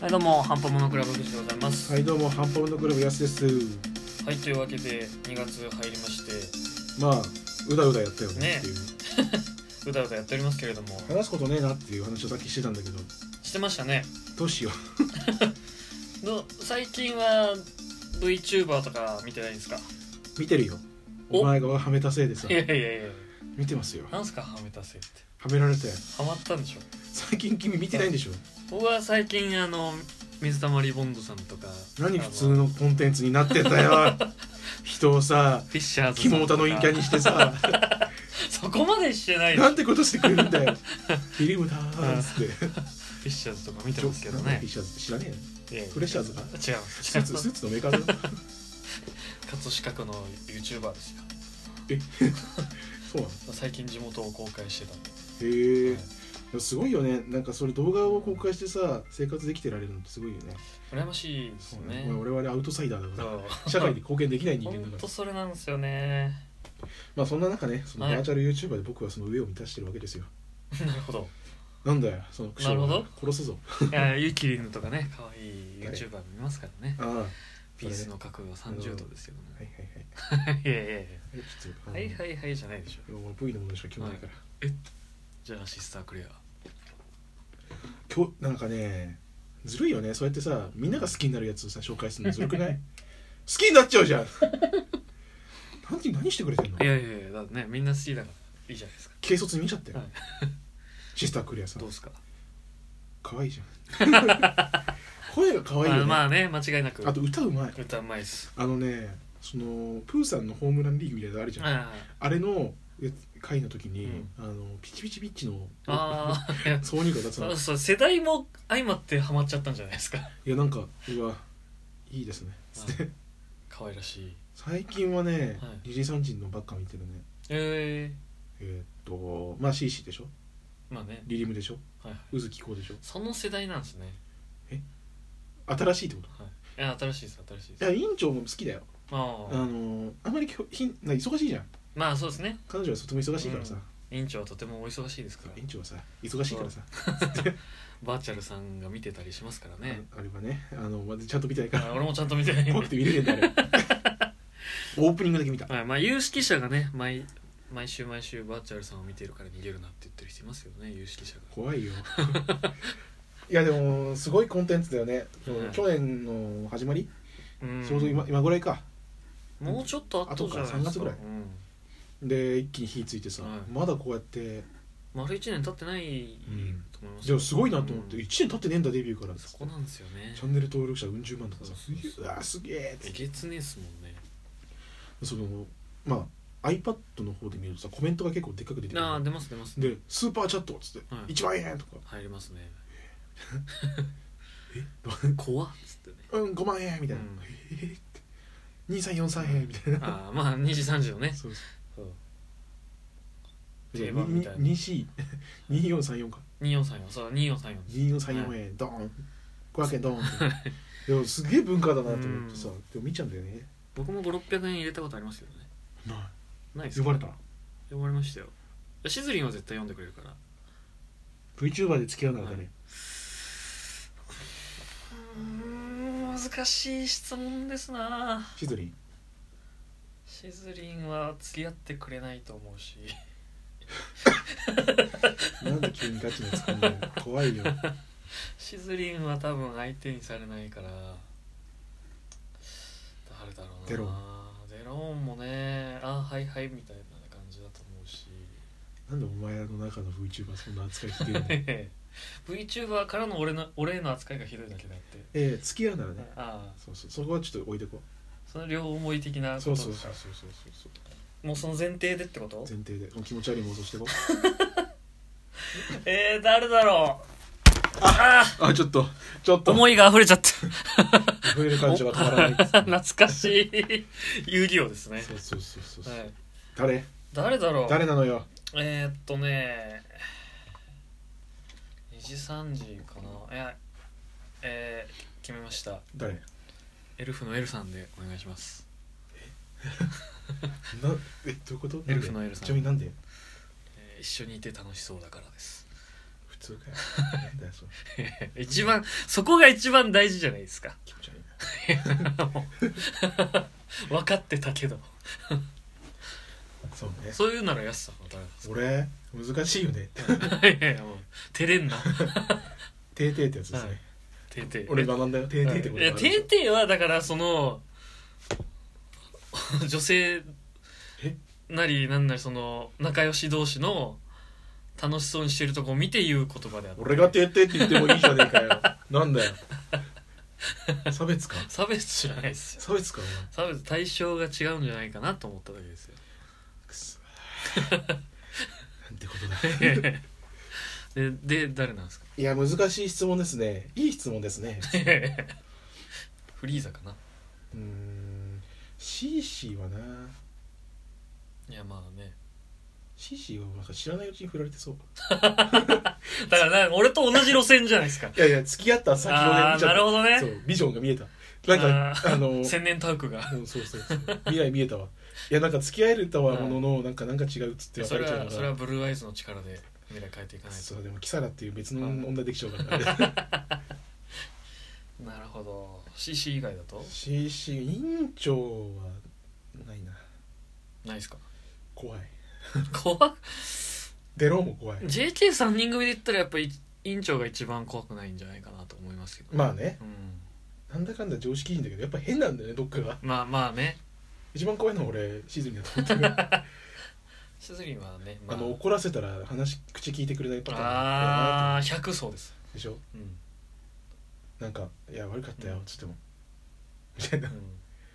はいどうもハンパモノクラブ藤でございますははいどうもハンパムのクラブやすですい、というわけで2月入りましてまあうだうだやったよねっていう、うだうだやっておりますけれども話すことねえなっていう話をさっきしてたんだけどしてましたねどうしよど最近は VTuber とか見てないんですかう見てるよおお前がはめたせいでさいやいやいやいや見てますよなんすかハメたせってはめられてハマったんでしょ最近君見てないんでしょ僕は最近あの水溜りボンドさんとか何普通あのコンテンツになってんだよ人をさフィッシャーズさん肝とタかの陰キャにしてさそこまでしてないでしょなんてことしてくれるんだよフィリムだーっつ ってフィッシャーズとか見てちょますけどなんでねフィッシャーズって知らねえのいやいやフレッシャーズか違うスーツ違スうーツのメーカーだよ葛飾区の YouTuber ですよえそうなの最近地元を公開してたんでへはいえすごいよねなんかそれ動画を公開してさ生活できてられるのってすごいよね羨ましいですよねまあ我々アウトサイダーだかそらう社会に貢献できない人間本だか当らそれなんですよねまあそんな中ねそのはいバーチャル YouTuber で僕はその上を満たしてるわけですよなるほどなんだよその苦なるほど笑殺すぞいやユキリンとかね可愛い YouTuber 見ますからねああはいはピースの角度は30度ですけどいねはい いやいやいやあれちょっとはいはいはいじゃないでしょいもう V のものしか興味ないからじゃあシスタークレア今日なんかねずるいよねそうやってさみんなが好きになるやつを さ紹介するのずるくない好きになっちゃうじゃんなんて何してくれてんのいやいやいやだってねみんな好きだからいいじゃないですか軽率に見ちゃったよ、はいシスタークリアさんどうですか可愛いじ ゃん声が可愛いよねああ,、まあね間違いなくと歌うまい歌うまいっすあのねそのプーさんのホームランリーグみたいなのあるじゃん、ああれのえ回の時に、うんあのピチピチピッチのーあー いや挿入歌歌ってたのそういそう世代も相まってハマっちゃったんじゃないですかやなんかうわいいですねつって可愛らしい最近はね、はい二次三次のばっか見てるねええーっとまあ CC でしょー、まあねリリムでしょはいはい宇月きこうでしょその世代なんですね新しいってことはいいや新しいです新しいいですや委員長も好きだよまああのーあんまりきょひんなんか忙しいじゃんまあそうですね彼女はとても忙しいからさ、うん委員長はとてもお忙しいですから園長はさ忙しいからさ、バーチャルさんが見てたりしますからねああれはねあのまずちゃんと見たいかあ俺もちゃんと見てないん らで怖くて見れねえん だよオープニングだけ見たはいまあ有識者がね毎毎週毎週バーチャルさんを見てるから逃げるなって言ってる人いますよね有識者が怖 いよいやでもすごいコンテンツだよね、うん去年の始まり、うんちょうど今今ぐらいかもうちょっとあったじゃないです後か、からう3月ん、で一気に火ついてさ、はいまだこうやって丸1年経ってないんと思いますでもすごいなと思って、うん1年経ってねえんだデビューからそこなんですよねチャンネル登録者うん十万とかさそうそうそううわすげえっつえってげつねえっすもんねそのまあ iPad の方で見るとさコメントが結構でっかく出てくるああ出ます出ますで「スーパーチャット」っつっては「い1万円」とか入りますね「 え 怖っつってねうん5万円」みたいなうん「えっ?」って「2343円」みたいなああまあ2時3時のねそうそそうう定番みたいな 2C2434 か2434そう2434 2434円ドーン500円ドーンってでもすげえ文化だなと思ってさうんでも見ちゃうんだよね僕も5600円入れたことありますけどねなないいです呼ばれたら呼ばれましたよしずりんは絶対読んでくれるから VTuber で付き合うならは誰うん難しい質問ですなしずりんしずりんは付き合ってくれないと思うしなんで急にガチなツッコミなの 怖いよしずりんは多分相手にされないから誰だろうなデロデローンもねあはいはいみたいな感じだと思うしなんでお前の中の VTuber そんな扱いしてるの VTuber からの俺の俺への扱いがひどいだけだってええ付き合うならねああそうそうそこはちょっと置いてこうその両思い的なことそうそうそうそうそうそうもうその前提でってこと前提でもう気持ち悪い妄想してこうえー、誰だろうああちょっとちょっあと思いが溢れちゃっ増える感情がたま らないた 懐かしい 遊戯王ですね、そうそうそうそうそう、はい、誰誰だろう誰なのよえー、っとね2時3時かないやえー、決めました誰エルフのエルさんでお願いしますなえどういうことエルフのエルさんちなみになんでえー一緒にいて楽しそうだからです 普通するかよ なんだよそれ一番そこが一番大事じゃないですか 気持ち悪いなもう分かってたけどそうねそういうならやすさんは誰俺難しいよねなんですかいやいやもう照れんな「てーてー」ってやつですはいねてーてー俺学んだよ「てーてー」ってこといや、てんてんはだからその 女性えなりなんなりその仲良し同士の楽しそうにしてるとこを見て言う言葉であって俺が「てーてー」って言ってもいいじゃねえか よなんだよ差別か差別じゃないですよ差別かお前差別対象が違うんじゃないかなと思っただけ ですよく そなんてことだでで誰なんですか いや難しい質問ですねいい質問ですねフリーザかなうーんシーシーはないやまあねシーシーはなんか知らないうちに振られてそうだからなんか俺と同じ路線じゃないですかいやいや付き合った先をねあ見あちゃなっるほどたねそうビジョンが見えたなんあかーあ のうんそう千年タウクがそうそう未来見えたわいやなんか付き合えるとはもののなんかなんか違うっつってそ別れれちゃうはのそれはがブルーアイズの力で未来変えていかないとそうでもキサラっていう別のはい女できちゃうからねなるほど CC 以外だとシーシー委員長はないなない ですか怖い怖っデローも怖い JK3 人組で言ったらやっぱり院長が一番怖くないんじゃないかなと思いますけど、まあねうん、なんだかんだ常識いいんだけどやっぱ変なんだよねどっかがまあまあね一番怖いのは俺シーズンだと思ってるシズリンはね、まあの怒らせたら話口聞いてくれないパターンあ、あー100層です、でしょ うん、なんか「いや悪かったよ」っつっても みたいうなん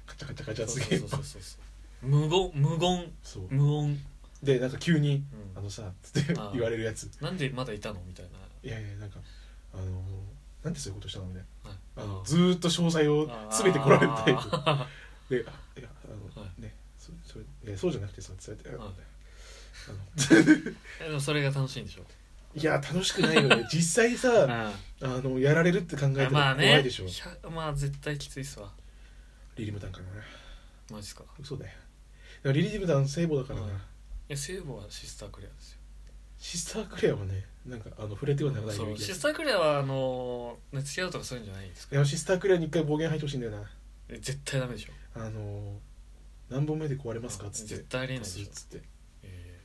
カチャカチャカチャそうすそげうえそうそうそう無言無言そう無音、でなんか急にう「んあのさ」つってあー言われるやつなんでまだいたのみたいいやいやなんかあのなんでそういうことしたのねな、はいあのずーっと詳細を全て来られるタイプあであ「いやあの、はいねそそれいやそうじゃなくてさ」つって、ーあはのい でもそれが楽しいんでしょ いや楽しくないよね実際さああのやられるって考えたらまあ怖ねいでしょ、ひゃまあ絶対きついっすわリリムタンかなマジっすか嘘だよでもリリムタン聖母だからな、はいいや聖母はシスタークレアですよシスタークレアはねなんかあの触れてはならないそう領域だシスタークレアはあのね付き合うとかそういうんじゃないんですかいやシスタークレアに一回暴言吐いてほしいんだよなえ絶対ダメでしょあの何本目で壊れますかっつって絶対ありえないで貸すしっょつってえ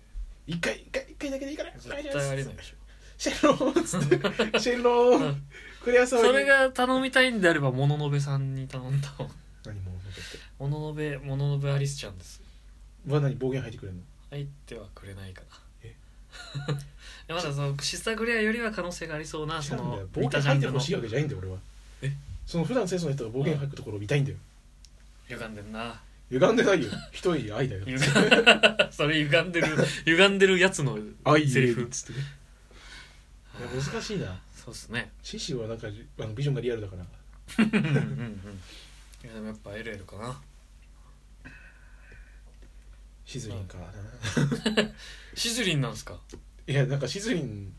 一回一回一回だけでいいからーお願いし絶ます対ありえないでしょシェローンっ つってシェロうーンんクレアさんそれが頼みたいんであればもののべさんに頼んだ 方が何も残ってもののべもののべアリスちゃんですは何暴言吐いてくれるの入ってはくれ ないかなええまだそのシスタークレアよりは可能性がありそうな違そうんのだよ暴似言たジャ吐いンてルほのしいわけじゃないんだよ俺はえその普段清楚な人が暴言吐くところを見たいんだよ歪んでんな歪ん でないよ一人愛だよ歪ん それ歪んでる歪んでるやつの愛セリフっつってねいや難しいなそうっすねシシはなんかあのビジョンがリアルだからうんうんうんいやでもやっぱ LL かなシズリンかなシズリンなんすかいやなんかシズリン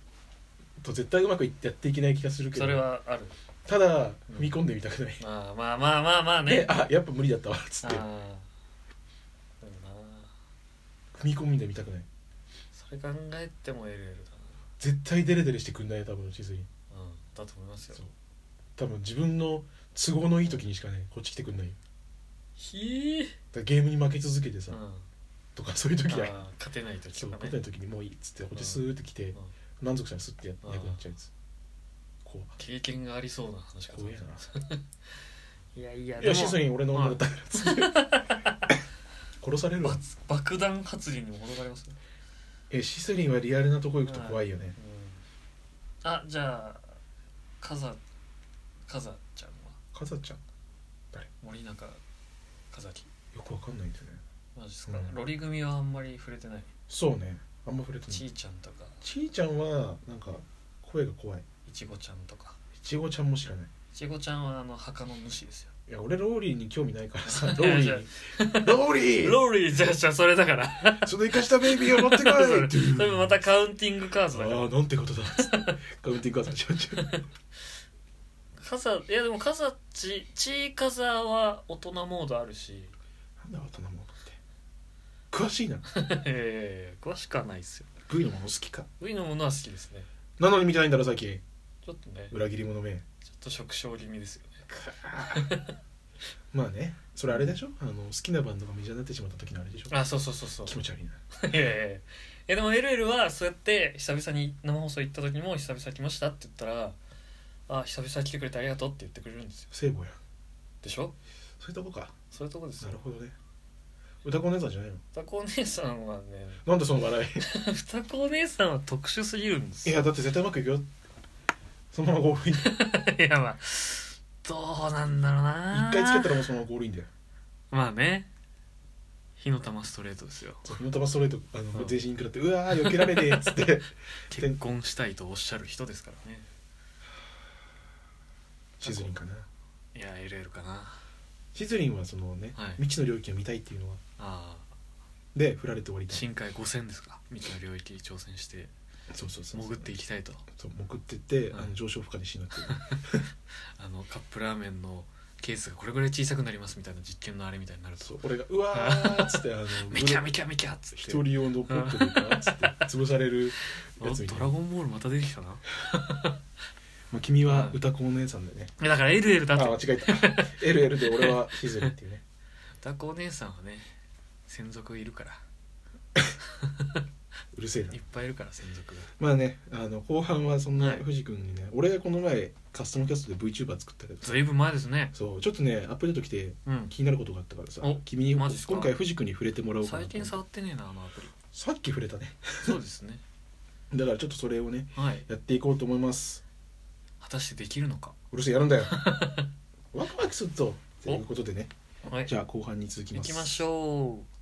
と絶対うまくいってやっていけない気がするけどそれはあるただ踏み込んでみたくない、まあまあまあまあまあねであやっぱ無理だったわっつあってーで踏もなみ込んでみたくないそれ考えても LL だ絶対デレデレしてくんないよ多分シズリンなうんだと思いますよそう多分自分の都合のいい時にしかねこっち来てくんないよひえだからゲームに負け続けてさ、うんあとかそういう時だよー勝てない時とそうか勝ねてない時にもういいっつってこっちスーって来て、満足したらスッてやうんなくなっちゃうやつこう経験がありそうな話かと思怖っえたないやいやいやシズリン俺の女だったからっつって 殺されるわ爆爆弾発言にも驚かれますねえシズリンはリアルなとこ行くと怖いよねあじゃあカザカザちゃんはカザちゃん森中カザキよくわかんないんだよねマジっすか、うんロリ組はあんまり触れてない、そうねあんま触れてないちーちゃんとかちいちゃんはなんか声が怖いいちごちゃんとかいちごちゃんも知らないいちごちゃんはあの墓の主ですよいや俺ローリーに興味ないからさ ロいやーいリやーにローリーローリーじゃあじゃあそれだからその生かしたベイビーを持ってこそいれっ てそいうれまたカウンティングカードだかああなんてことだ つってカウンティングカードしまっちゃうらカザいやでもカザちちーカザは大人モードあるしなんだ大人もんって詳しいないやいやいや詳しくはないっすよ V のもの好きか V のものは好きですねなのに見てないんだろ最近ちょっとね裏切り者めちょっと食傷気味ですよねまあねそれあれでしょあの好きなバンドがメジャーになってしまった時のあれでしょあそうそうそうそう気持ち悪いないやいやいやえでも「エルエル」はそうやって久々に生放送行った時も「久々来ました」って言ったら「あ久々来てくれてありがとう」って言ってくれるんですよ聖母やでしょそういうとこかそういうとこですなるよほどね歌子お姉さんじゃないの双子お姉さんはねなんでその笑双子お姉さんは特殊すぎるんです いいよやだって絶対うまくいくよそのままゴールインいやまあどうなんだろうな一回つけたらもうそのままゴールインだよまあね火の玉ストレートですよそう火の玉ストレートあの、うん全身食らって「うわー避けられねえ」っつって結婚したいとおっしゃる人ですからねシズリンかないや LL かなシズリンはそのね、はい未知の領域を見たいっていうのはああで振られて終わりたい深海5000ですか未知の領域に挑戦してそうそうそう潜っていきたいとそう潜ってって、うんあの上昇負荷で死 ぬっていうあのカップラーメンのケースがこれぐらい小さくなりますみたいな実験のあれみたいになるとそう俺が「うわー」っ つってあのミキャミキャミキャっつって一人用のポットとかっ つって潰されるあやつみたドラいな、まゴンボールまた出てきたなあ、君は歌子お姉さんだよねいやだから LL あだ間と違え た LL で俺はシズリンっていうねダコお姉さんはね専属いるからうるせえないっぱいいるから専属がまあねあの後半はそんなはい藤君にね、俺がこの前カスタムキャストで VTuber 作ったけどずいぶん前ですねそうちょっとねアップデート来てうん気になることがあったからさお君にマジっすか今回藤君に触れてもらおうかな最と近触ってねえなあのアプリさっき触れたねそうですねだからちょっとそれをねはいやっていこうと思います果たしてできるのかうるせえやる んだよワクワクするとということでねはいじゃあ後半に続き行ますきましょう